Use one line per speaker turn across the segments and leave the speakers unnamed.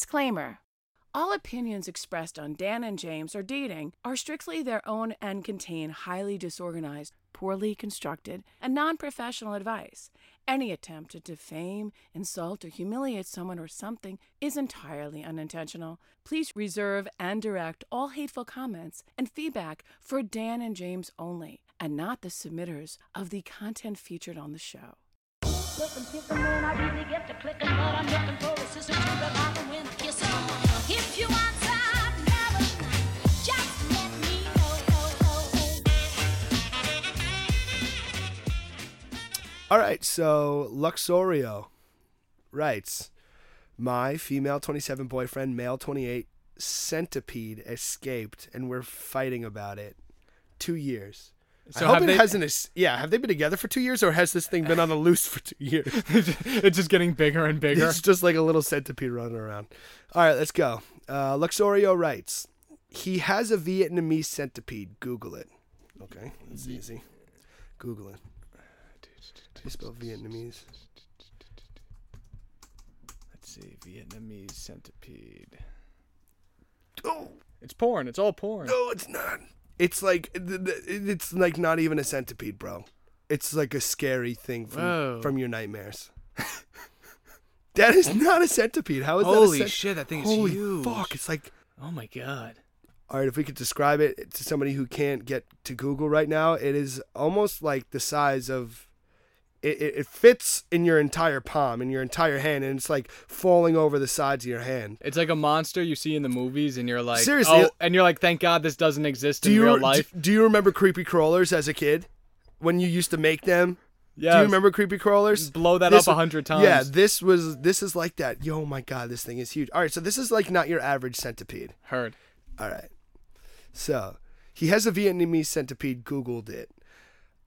Disclaimer All opinions expressed on Dan and James or dating are strictly their own and contain highly disorganized, poorly constructed, and non professional advice. Any attempt to defame, insult, or humiliate someone or something is entirely unintentional. Please reserve and direct all hateful comments and feedback for Dan and James only, and not the submitters of the content featured on the show.
Clickin', pickin', man, I really get to clickin', but I'm looking for a sister to I can win a kiss on. If you want some another night, just let me know.
All right, so Luxorio writes, "My female 27 boyfriend, male 28 centipede escaped, and we're fighting about it. Two years.
So
I hope
have
it
they-
hasn't. es- yeah, have they been together for two years, or has this thing been on the loose for two years?
it's just getting bigger and bigger.
It's just like a little centipede running around. All right, let's go. Uh, Luxorio writes, he has a Vietnamese centipede. Google it. Okay, it's easy. Google it. How do you spell Vietnamese?
Let's see, Vietnamese centipede.
Oh.
It's porn. It's all porn.
No, it's not. It's like th- th- it's like not even a centipede, bro. It's like a scary thing
Whoa.
from, from your nightmares. that is not a centipede. How is
Holy
that? a cent-
shit, that thing is
Holy
huge.
fuck! It's like
Oh my god.
all right. If we could describe it to somebody who can't get to Google right now, it is almost like the size of. It, it, it fits in your entire palm, in your entire hand, and it's like falling over the sides of your hand.
It's like a monster you see in the movies, and you're like,
Seriously.
oh, and you're like, thank God this doesn't exist
Do
in
you
real
do-
life.
Do, you remember creepy crawlers as a kid? When you used to make them? Do
Yes.
you remember creepy crawlers?
Blow that up a hundred times.
Yeah, this was this is like that. Yo, my god, this thing is huge. All right, so this is like not your average centipede.
Heard.
All right. So, he has a Vietnamese centipede, googled it.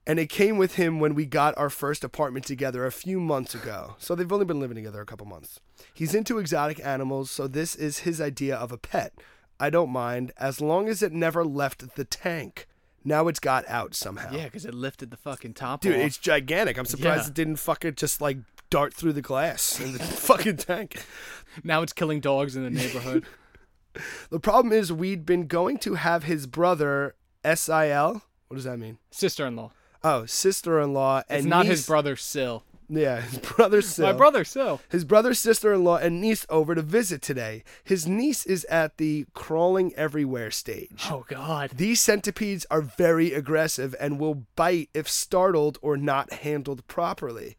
And it came with him when we got our first apartment together a few months ago. So they've only been living together a couple months. He's into exotic animals, so this is his idea of a pet. I don't mind as long as it never left the tank. Now it's got out somehow.
Yeah, because it lifted the fucking top
Dude,
off.
it's gigantic. I'm surprised
Yeah.
it didn't fucking just like dart through the glass in the fucking tank.
now it's killing dogs in the neighborhood.
The problem is we'd been going to have his brother SIL. What does that mean?
Sister-in-law.
Oh, sister-in-law and
It's not his
niece-
brother Sil.
Yeah, his brother Sil.
My brother Sil.
His brother, sister-in-law, and niece over to visit today. His niece is at the crawling everywhere stage.
Oh god.
These centipedes are very aggressive and will bite if startled or not handled properly.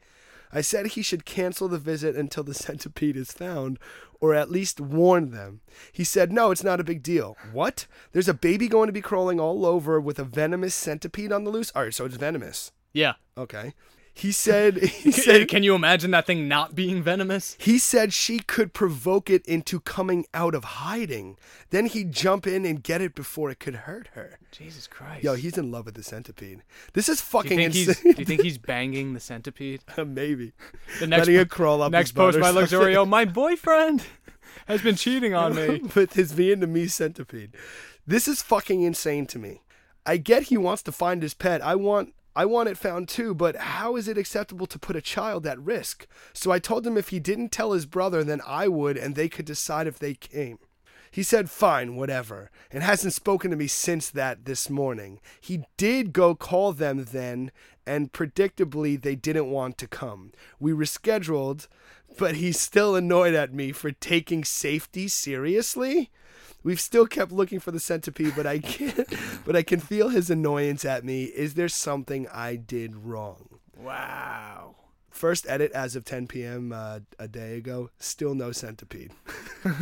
I said he should cancel the visit until the centipede is found, or at least warn them. He said, No, it's not a big deal. What? There's a baby going to be crawling all over with a venomous centipede on the loose? All right, so it's venomous.
Yeah.
Okay. He said, He
Can,
said,
can you imagine that thing not being venomous?
he said she could provoke it into coming out of hiding. Then he'd jump in and get it before it could hurt her.
Jesus Christ.
Yo, he's in love with the centipede. This is
do you
fucking
think he's?
insane. Uh,
Do you think he's banging the centipede?
Maybe.
The next
Letting
po-
it crawl up
Next
his butt
post
or
by
something.
Luxurio. My boyfriend has been cheating on me.
with his Vietnamese centipede. This is fucking insane to me. I get he wants to find his pet. I want I want it found too, but how is it acceptable to put a child at risk? So I told him if he didn't tell his brother, then I would and they could decide if they came. He said, fine, whatever, and hasn't spoken to me since that this morning. He did go call them then, and predictably, they didn't want to come. We rescheduled, but he's still annoyed at me for taking safety seriously. We've still kept looking for the centipede, but I can't. But I can feel his annoyance at me. Is there something I did wrong?
Wow.
First edit as of 10 p.m. Uh, a day ago. Still no centipede.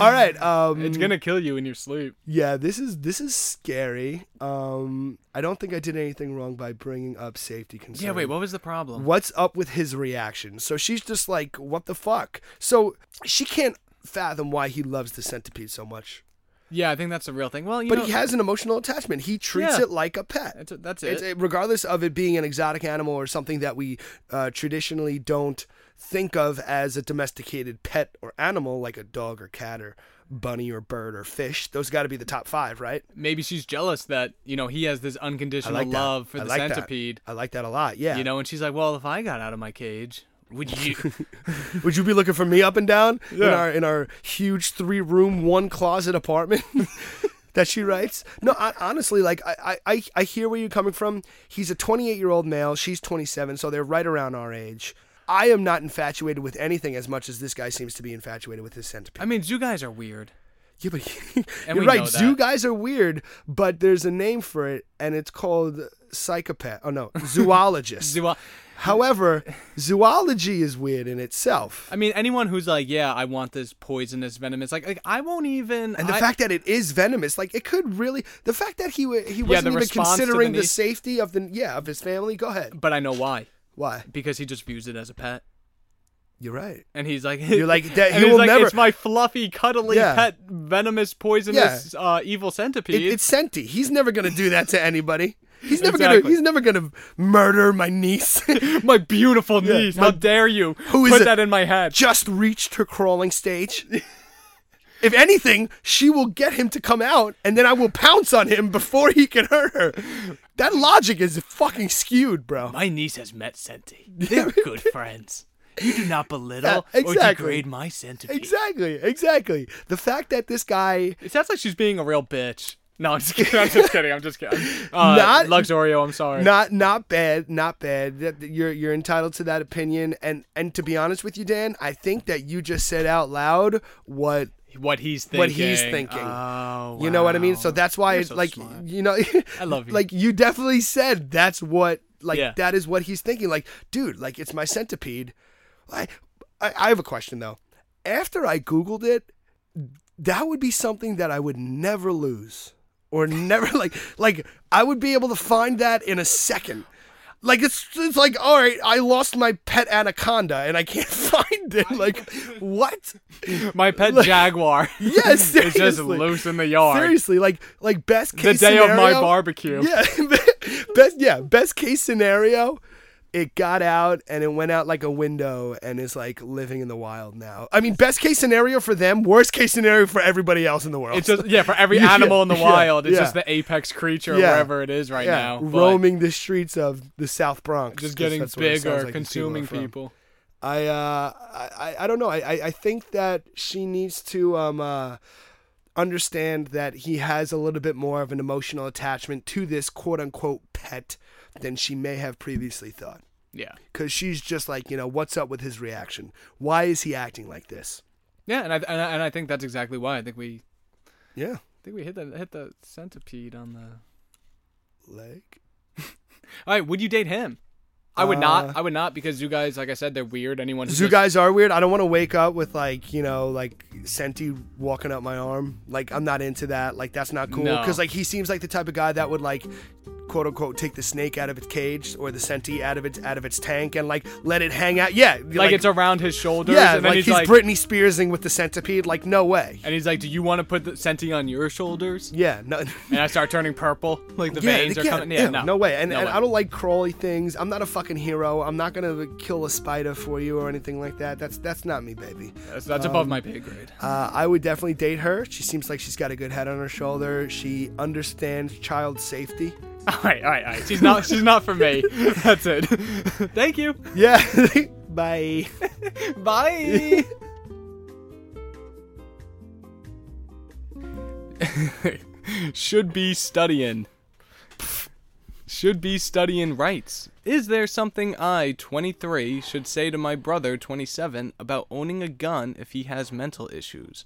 All right. Um,
It's gonna kill you in your sleep.
Yeah, this is this is scary. Um, I don't think I did anything wrong by bringing up safety concerns.
What was the problem?
What's up with his reaction? So she's just like, "What the fuck?" So she can't fathom why he loves the centipede so much.
Yeah, I think that's the real thing. Well, you
But
know,
he has an emotional attachment. He treats
Yeah.
it like a pet.
That's it- that's
It's-
it.
regardless of it being an exotic animal or something that we uh, traditionally don't think of as a domesticated pet or animal, like a dog or cat or bunny or bird or fish. Those got to be the top five, right?
maybe she's jealous that you know he has this unconditional
I like that.
love for
I
the
like that.
centipede.
I like that a lot. Yeah.
You know, and she's like, well, if I got out of my cage,
Would you?
Would you be looking for me up and down in
Yeah.
our in our huge three room one closet apartment that she writes? No, I, honestly, like I, I- I I hear where you're coming from. He's a 28 year old male. She's 27, so they're right around our age. I am not infatuated with anything as much as this guy seems to be infatuated with his centipede.
I mean, you guys are weird.
yeah, but
And
you're
we
right.
know that.
Zoo guys are weird, but there's a name for it, and it's called psychopath. Oh no, zoologist.
Zoo-
However, zoology is weird in itself.
I mean, anyone who's like, yeah, I want this poisonous venom. It's like, like I won't even.
And the
I-
fact that it is venomous, like it could really, the fact that he wa- he
Yeah, the
wasn't even
response to the
considering the,
niece-
safety of the yeah of his family. Go ahead.
But I know why.
Why?
Because he just views it as a pet.
You're right.
And he's like,
You're like, that-
and
he
he's
will
like,
never-
It's my fluffy, cuddly,
Yeah.
pet, venomous, poisonous, uh, evil centipede.
It, it's Senti. He's never gonna do that to anybody. He's never gonna.
Exactly.
He's never gonna murder my niece.
my beautiful
Yeah,
niece.
my-
How dare you
Who is
put
it?
that in my head?
Just reached her crawling stage. If anything, she will get him to come out, and then I will pounce on him before he can hurt her. That logic is fucking skewed, bro.
My niece has met Senti. They're good friends. You do not belittle
Yeah,
or
exactly.
degrade my centipede.
exactly, exactly. The fact that this guy
It sounds like she's being a real bitch. No, I'm just kidding. I'm just kidding. I'm just kidding. Uh,
Not-
Luxorio. I'm sorry.
Not not bad, not bad. That- that You're you're entitled to that opinion, and and to be honest with you, Dan, I think that you just said out loud what
what he's thinking.
what he's thinking.
Oh,
you know what I mean.
wow.
So that's why
You're
it's
so
like
smart.
you know,
I love you.
Like you definitely said that's what like
Yeah.
that is what he's thinking. Like dude, like it's my centipede. I I, I have a question though. After I googled it, that would be something that I would never lose or never like like I would be able to find that in a second. Like it's it's like all right, I lost my pet anaconda and I can't find it. Like what?
my pet jaguar.
Yeah,
It's just
seriously.
loose in the yard.
Seriously, like like best
The
case
day of my
scenario-
barbecue.
Yeah, best yeah best case scenario. It got out and it went out like a window and is like living in the wild now. I mean, best case scenario for them, worst case scenario for everybody else in the world.
It's just yeah for every
Yeah,
animal in the
yeah,
wild. It's just
yeah.
the apex creature
Yeah.
wherever it is right
yeah,
now. but
roaming the streets of the South Bronx,
just
'cause
getting
that's where it sounds
bigger,
like these are
consuming
from.
people.
I, uh, I I- I don't know. I, I, I think that she needs to um, uh, understand that he has a little bit more of an emotional attachment to this quote unquote pet than she may have previously thought.
Yeah.
Because she's just like, you know, what's up with his reaction? Why is he acting like this?
Yeah, and I and I, and I think that's exactly why. I think we
Yeah.
I think we hit the hit the centipede on the.
Like,
All right, would you date him? I would not.
Uh,
I would not because you guys, like I said, they're weird. Anyone who
zoo
just-
guys are weird. I don't want to wake up with, like, you know, like Senti walking up my arm. Like, I'm not into that. Like, that's not cool.
No.
Because, like, he seems like the type of guy that would, like, quote unquote take the snake out of its cage or the senti out of its out of its tank and like let it hang out yeah
like, it's around his shoulders.
yeah
and then
like
he's,
he's
like,
britney spearsing with the centipede like no way
and he's like, "Do you want to put the senti on your shoulders?"
yeah no
And I start turning purple, like the veins are
yeah,
coming.
ew,
Yeah, no,
way. And,
No
and
way.
I don't like crawly things. I'm not a fucking hero. I'm not gonna kill a spider for you or anything like that. That's that's not me, baby.
That's, that's
Um,
above my pay grade.
Uh, I would definitely date her. She seems like she's got a good head on her shoulder. She understands child safety.
All right, all right, all right. She's not. She's not for me. That's it. Thank you.
Yeah. Bye.
Bye. Should be studying. Should be studying rights. Is there something I, 23, should say to my brother, 27, about owning a gun if he has mental issues?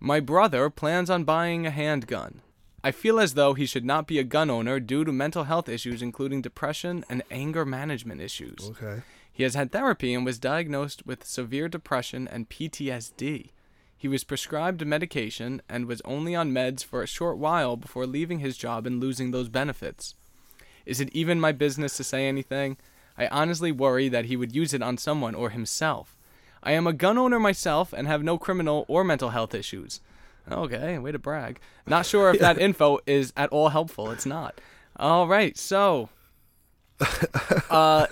My brother plans on buying a handgun. I feel as though he should not be a gun owner due to mental health issues, including depression and anger management issues.
Okay.
He has had therapy and was diagnosed with severe depression and PTSD. He was prescribed medication and was only on meds for a short while before leaving his job and losing those benefits. Is it even my business to say anything? I honestly worry that he would use it on someone or himself. I am a gun owner myself and have no criminal or mental health issues. Okay, way to brag. Not sure if that info is at all helpful. It's not. All right, so uh,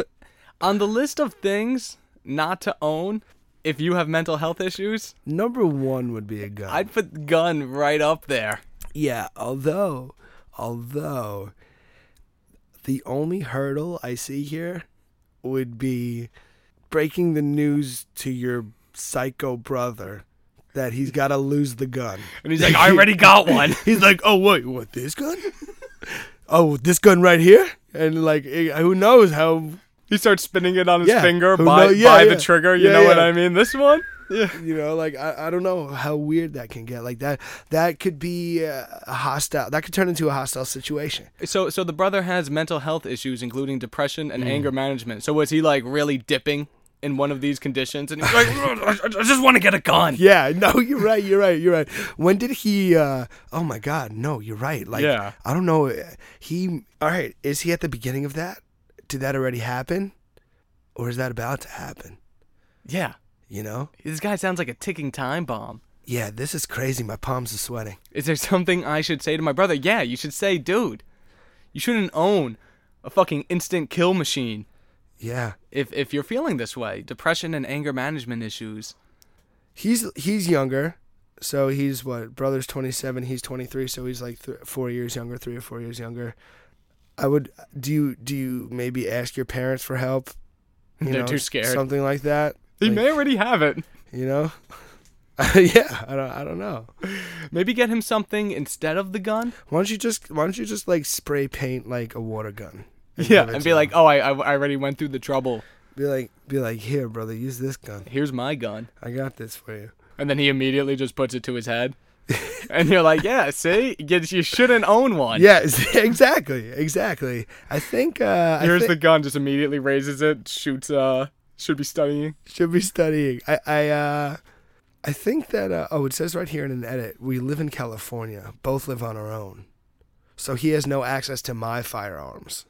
on the list of things not to own, if you have mental health issues,
Number one would be a gun.
I'd put gun right up there.
Yeah, although, although, the only hurdle I see here would be breaking the news to your psycho brother that he's got to lose the gun.
And he's like, I already got one.
He's like, oh wait, what this gun? oh, this gun right here? And like, eh, who knows how?
He starts spinning it on his
Yeah.
finger
Who
by,
know- yeah,
by
yeah.
the trigger. You
Yeah,
know what
yeah.
I mean? This one? Yeah.
You know, like I, I don't know how weird that can get. Like that that could be uh, a hostile. That could turn into a hostile situation.
So, so the brother has mental health issues, including depression and anger management. So, was he like really dipping in one of these conditions? And he's like, I I just want to get a gun.
Yeah, no, you're right. You're right. You're right. When did he? uh Oh my God, no, you're right. Like,
Yeah.
I don't know. He. All right, is he at the beginning of that? Did that already happen, or is that about to happen?
Yeah.
You know?
This guy sounds like a ticking time bomb.
Yeah, this is crazy. My palms are sweating.
Is there something I should say to my brother? Yeah, you should say, dude, you shouldn't own a fucking instant kill machine.
Yeah.
If if you're feeling this way, depression and anger management issues.
he's he's younger so he's what brother's 27 he's 23 so he's like th- four years younger three or four years younger i would do you do you maybe ask your parents for help you
They're too scared.
something like that
He
Like,
may already have it.
you know yeah i don't i don't know
Maybe get him something instead of the gun.
why don't you just why don't you just like spray paint like a water gun and
Yeah,
give it
and
to
be like,
him?
oh, I, I I already went through the trouble.
be like be like here brother use this gun
Here's my gun.
i got this for you
And then he immediately just puts it to his head. and you're like, yeah, see, you, you shouldn't own one.
yeah exactly exactly i think uh I
Here's
thi-
the gun. Just immediately raises it. Shoots. Uh, should be studying.
should be studying. I I uh, I think that uh, oh, it says right here in an edit. We live in California. Both live on our own, so he has no access to my firearms.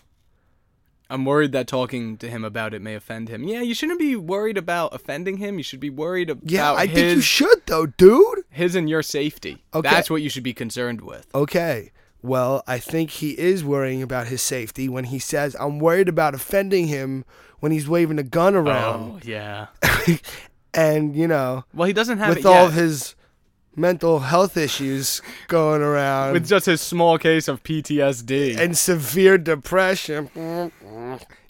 I'm worried that talking to him about it may offend him. Yeah, you shouldn't be worried about offending him. You should be worried about
Yeah, I
his,
think you should though, dude.
his and your safety.
Okay.
That's what you should be concerned with.
Okay. Well, I think he is worrying about his safety when he says, "I'm worried about offending him." When he's waving a gun
Oh.
around,
yeah.
and you know,
Um, Well, he doesn't have
with
it
all
yet.
of his mental health issues going around,
With just his small case of PTSD.
um, and severe depression.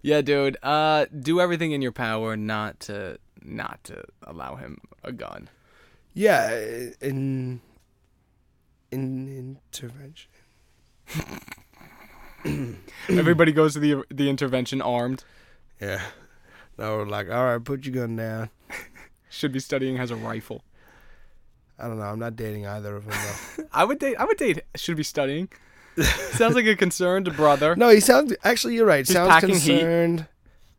Yeah, dude. Uh, do everything in your power not to not to allow him a gun.
Yeah, i- in in intervention.
Everybody goes to the the intervention armed.
Yeah. No, we're like, all right, put your gun down.
Should be studying has a rifle.
I don't know. I'm not dating either of them though.
I would date. I would date. Should be studying. Sounds like a concerned brother.
no, he sounds. Actually, you're right. sounds
packing heat.
concerned.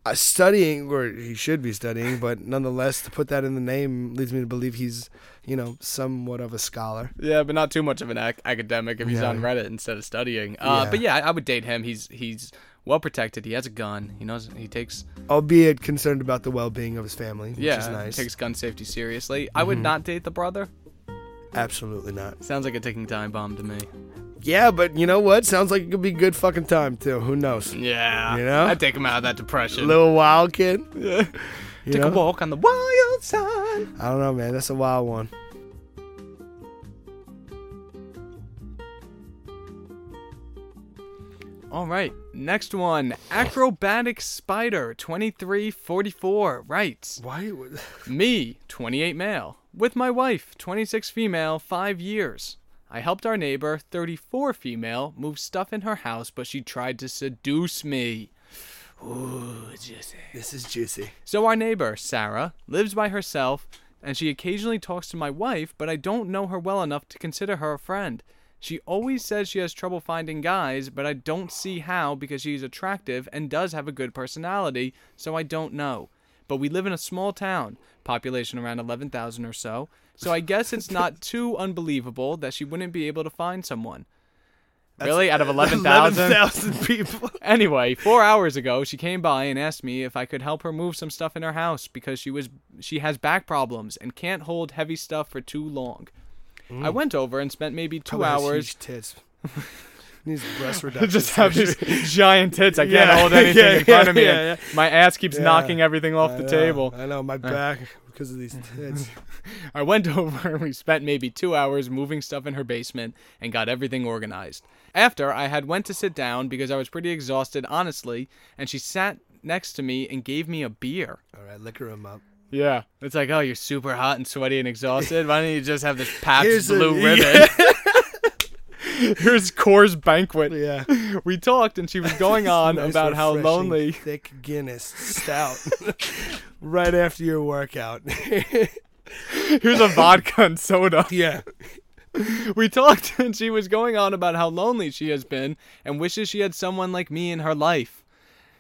Uh, studying, or he should be studying, but nonetheless, to put that in the name leads me to believe he's, you know, somewhat of a scholar.
Yeah, but not too much of an ac- academic if he's
Yeah.
on Reddit instead of studying. Uh,
Yeah.
But yeah, I, I would date him. He's he's well protected. He has a gun. He knows he takes
Albeit concerned about the well-being of his family, which
yeah
is nice. Mm-hmm.
takes gun safety seriously. I would not date the brother.
Absolutely not.
Sounds like a ticking time bomb to me.
Yeah, but you know what? Sounds like it could be good fucking time too. Who knows?
Yeah,
You know?
I'd take him out of that depression.
Little wild kid.
Yeah.
You
Take a
know?
walk on the wild side.
I don't know, man. That's a wild one.
All right, next one. Acrobatic Spider 2344 writes.
Why?
Me, 28 male, with my wife, 26 female, 5 years. I helped our neighbor, 34 female, move stuff in her house, but she tried to seduce me. Ooh, juicy.
This is juicy.
So our neighbor, Sarah, lives by herself, and she occasionally talks to my wife, but I don't know her well enough to consider her a friend. She always says she has trouble finding guys, but I don't see how because she's attractive and does have a good personality, so I don't know. But we live in a small town, population around 11,000 or so, so I guess it's not too unbelievable that she wouldn't be able to find someone. really? Out of 11,000?
people.
Anyway, four hours ago, she came by and asked me if I could help her move some stuff in her house because she was she has back problems and can't hold heavy stuff for too long. I
Mm.
went over and spent maybe
Oh,
two hours.
tits. Needs breast reduction.
just have these giant tits. I can't
Yeah,
hold anything
yeah,
in front of me.
yeah,
and My ass keeps
Yeah.
knocking everything off the table.
I know my back because of these tits.
I went over and we spent maybe two hours moving stuff in her basement and got everything organized. After I had went to sit down because I was pretty exhausted, honestly, and she sat next to me and gave me a beer.
All right, liquor him up.
Yeah.
It's like, oh, you're super hot and sweaty and exhausted. Why don't you just have this Pabst
Here's a-
Blue
yeah.
Ribbon?
Here's Coors Banquet.
Yeah.
we talked, and she was going on
Nice,
about how
refreshing,
lonely.
Thick Guinness stout. right after your workout.
Here's a vodka and soda.
yeah.
We talked, and she was going on about how lonely she has been and wishes she had someone like me in her life.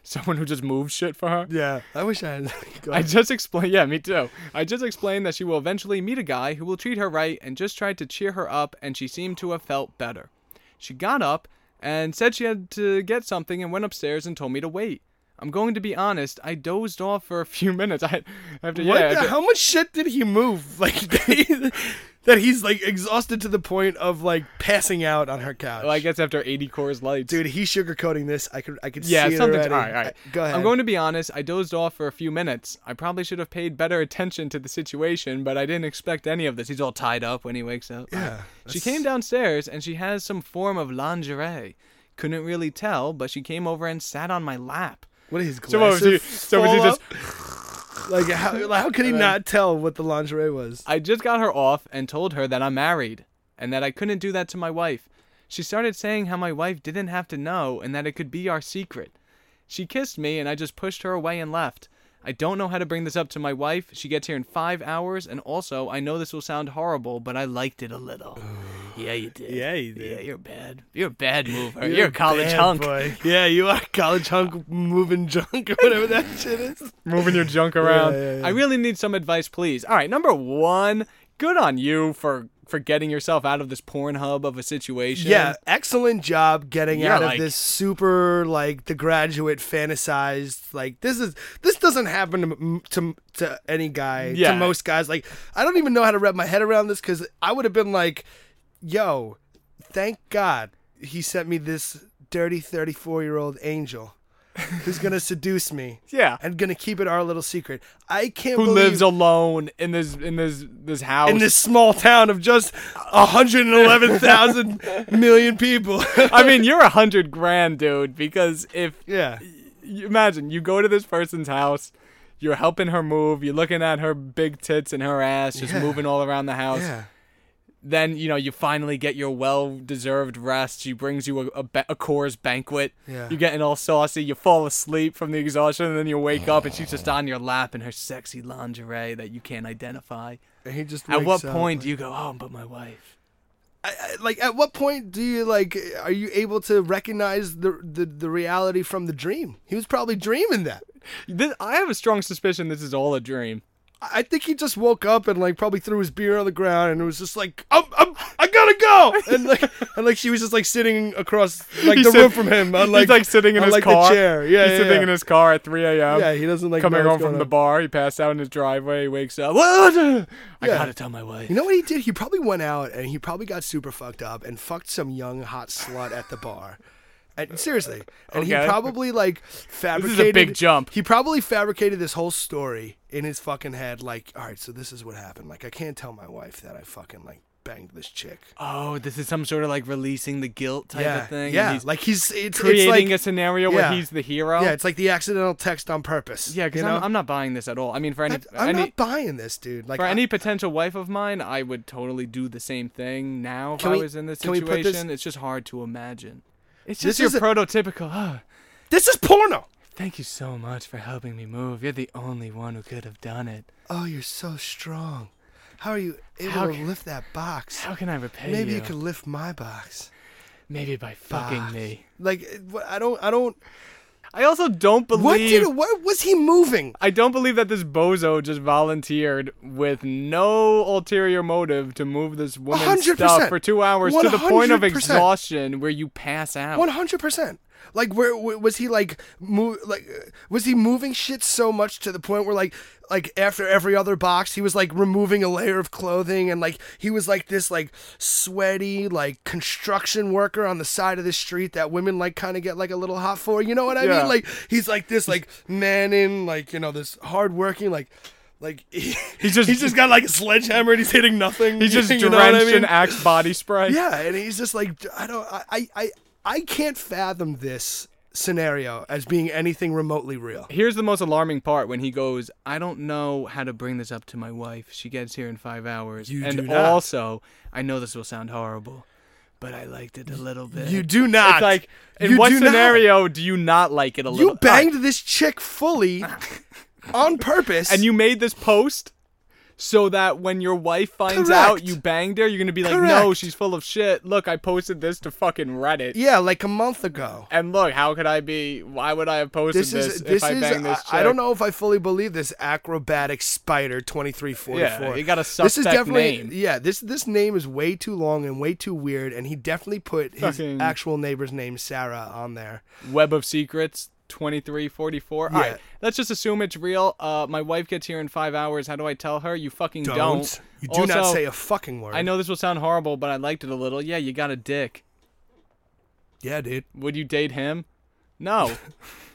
Someone who just moves shit for her.
Yeah. I wish I had. Go
I
ahead.
just explained, yeah, me too. I just explained that she will eventually meet a guy who will treat her right and just tried to cheer her up, and she seemed to have felt better. She got up and said she had to get something and went upstairs and told me to wait. I'm going to be honest, I dozed off for a few minutes. I after
What
yeah,
the-
after-
how much shit did he move? Like that he's like exhausted to the point of like passing out on her couch.
Well, I guess after 80 cores lights.
dude, he's sugarcoating this. I could I could
yeah,
see it
something.
already.
All right, all right.
I- Go ahead.
I'm going to be honest. I dozed off for a few minutes. I probably should have paid better attention to the situation, but I didn't expect any of this. He's all tied up when he wakes up.
Yeah,
She
that's-
came downstairs and she has some form of lingerie. Couldn't really tell, but she came over and sat on my lap.
What are his
So what was
glasses?
he? So was he
fall
just?
up? like how how could he not tell what the lingerie was?
I just got her off and told her that I'm married and that I couldn't do that to my wife. She started saying how my wife didn't have to know and that it could be our secret. She kissed me and I just pushed her away and left. I don't know how to bring this up to my wife. She gets here in five hours, and also, I know this will sound horrible, but I liked it a little. yeah, you did.
Yeah, you did.
Yeah, you're bad. You're a bad mover. You're,
You're
a college
bad
hunk.
boy. Yeah, you are college hunk moving junk or whatever that shit is.
moving your junk around.
yeah, yeah.
I really need some advice, please. All right, number one, good on you for for getting yourself out of this porn hub of a situation.
Yeah, excellent job getting
Yeah,
out of
like-
this super like the graduate fantasized like this is this doesn't happen to m- to, to any guy
Yeah.
to most guys like I don't even know how to wrap my head around this cuz I would have been like yo thank god he sent me this dirty 34-year-old angel who's going to seduce me
Yeah.
and going to keep it our little secret. I can't
Who
believe
lives alone in this in this this house?
in this small town of just 111,000 million people.
I mean, you're a hundred grand, dude. Because if
yeah.
you imagine you go to this person's house, you're helping her move, you're looking at her big tits and her ass just
Yeah.
moving all around the house.
Yeah.
Then you know you finally get your well-deserved rest. She brings you a a, ba- a Coors banquet.
Yeah.
You're getting all saucy. You fall asleep from the exhaustion, and then you wake up, and she's just
Oh.
on your lap in her sexy lingerie that you can't identify.
And he just
At what
wakes up,
point
like-
do you go, oh, but my wife?
I- I- like at what point do you like are you able to recognize the, the the reality from the dream? He was probably dreaming that.
This, I have a strong suspicion this is all a dream.
I I think he just woke up and like probably threw his beer on the ground and was just like, I'm, I'm, I gotta go. And like, and like she was just like sitting across like
He's
the
sit-
room from him. On, like,
he's like sitting in
on,
his
like,
car.
The chair. Yeah,
he's
yeah,
sitting
yeah.
in his car at 3 a.m.
Yeah, he doesn't like
coming
know
home
what's
from
going
the
on.
bar. He passed out in his driveway. He wakes up. What? I
Yeah.
gotta tell my wife.
You know what he did? He probably went out and he probably got super fucked up and fucked some young hot slut at the bar. And seriously, and
Okay.
he probably like fabricated.
big jump.
He probably fabricated this whole story in his fucking head. Like, all right, so this is what happened. Like, I can't tell my wife that I fucking like banged this chick.
Oh, this is some sort of like releasing the guilt type
yeah,
of thing. and
yeah.
he's
like he's it's,
Creating
it's like,
a scenario where
yeah.
he's the hero.
Yeah, it's like the accidental text on purpose.
Yeah, because
you
I'm,
know?
I'm not buying this at all. I mean, for any,
That- I'm
any
not buying this, dude. Like,
for
I-
any potential wife of mine, I would totally do the same thing now if
Can
I
we-
was in this
can we
situation.
put this-
It's just hard to imagine. It's
This
just your
is a-
prototypical. "Ah,
this is porno.
thank you so much for helping me move. You're the only one who could have done it.
Oh, you're so strong. How are you able
How
to
ca-
lift that box?
How can I repay
Maybe
you?
you could lift my box.
Maybe by fucking
Box.
me.
Like it- wh- I don't, I don't.
I also don't believe.
What did? What was he moving?
I don't believe that this bozo just volunteered with no ulterior motive to move this woman's
100%.
stuff for two hours to the point of
100%.
exhaustion where you pass out.
One hundred percent. Like where wh- was he? Like move? Like uh, was he moving shit so much to the point where like like after every other box he was like removing a layer of clothing and like he was like this like sweaty like construction worker on the side of the street that women like kind of get like a little hot for. You know what I
Yeah.
mean? Like he's like this like man in like you know this hard working like. Like he, he's
just-
just he's just got like a sledgehammer and he's hitting nothing.
He's just
you know what I
drenched in
mean?
Axe body spray.
Yeah, and he's just like, I don't, I, I, I, I can't fathom this scenario as being anything remotely real.
Here's the most alarming part when he goes, I don't know how to bring this up to my wife. She gets here in five hours.
You
and
do not.
also, I know this will sound horrible, but I liked it a little bit.
You do not.
It's like, in
You
what
do not.
scenario do you not like it a little
You banged this chick fully on purpose.
and you made this post so that when your wife finds out
Correct.
you banged her, you're gonna be like, no,
Correct.
she's full of shit. Look, I posted this to fucking Reddit.
Yeah, like a month ago.
And look, how could I be? Why would I have posted
This
this,
is
if
this
I
is
banged this chick?
I, I don't know if I fully believe this acrobatic spider 2344.
Yeah, you got a
This is
suspect
definitely
name.
Yeah, this this name is way too long and way too weird and he definitely put his
Fucking-
actual neighbor's name Sarah on there.
Web of Secrets 2344. All
Yeah.
right, let's just assume it's real. Uh, my wife gets here in five hours. How do I tell her? You fucking don't.
Don't. You do not
Also,
say a fucking word.
I know this will sound horrible, but I liked it a little. Yeah, you got a dick.
Yeah, dude.
Would you date him? No.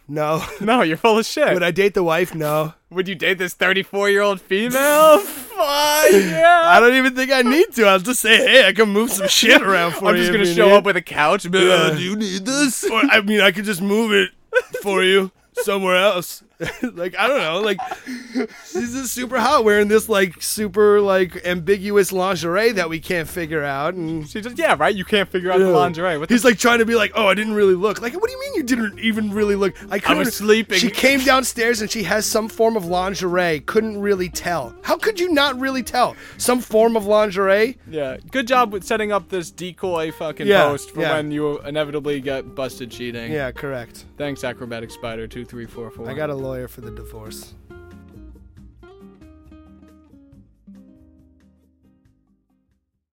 No.
no, you're full of shit.
Would I date the wife? No.
Would you date this 34 year old female? Fuck yeah.
I don't even think I need to. I'll just say, hey, I can move some shit around for
I'm
you.
just
if
gonna
you
show
need.
up with a couch. and be like, "Oh,
Yeah.
"Do you need this?
Or, I mean, I could just move it for you somewhere else. like I don't know. Like she's just super hot wearing this like super like ambiguous lingerie that we can't figure out. And
She just, yeah, right. You can't figure out the lingerie. What the
He's like trying to be like, oh, I didn't really look. Like, what do you mean you didn't even really look? I couldn't.
was sleeping.
She came downstairs and she has some form of lingerie. Couldn't really tell. How could you not really tell? Some form of lingerie.
Yeah, good job with setting up this decoy fucking
Yeah,
post for
yeah.
when you inevitably get busted cheating.
Yeah, correct.
Thanks, Acrobatic Spider two three four four.
I got a lawyer for the divorce.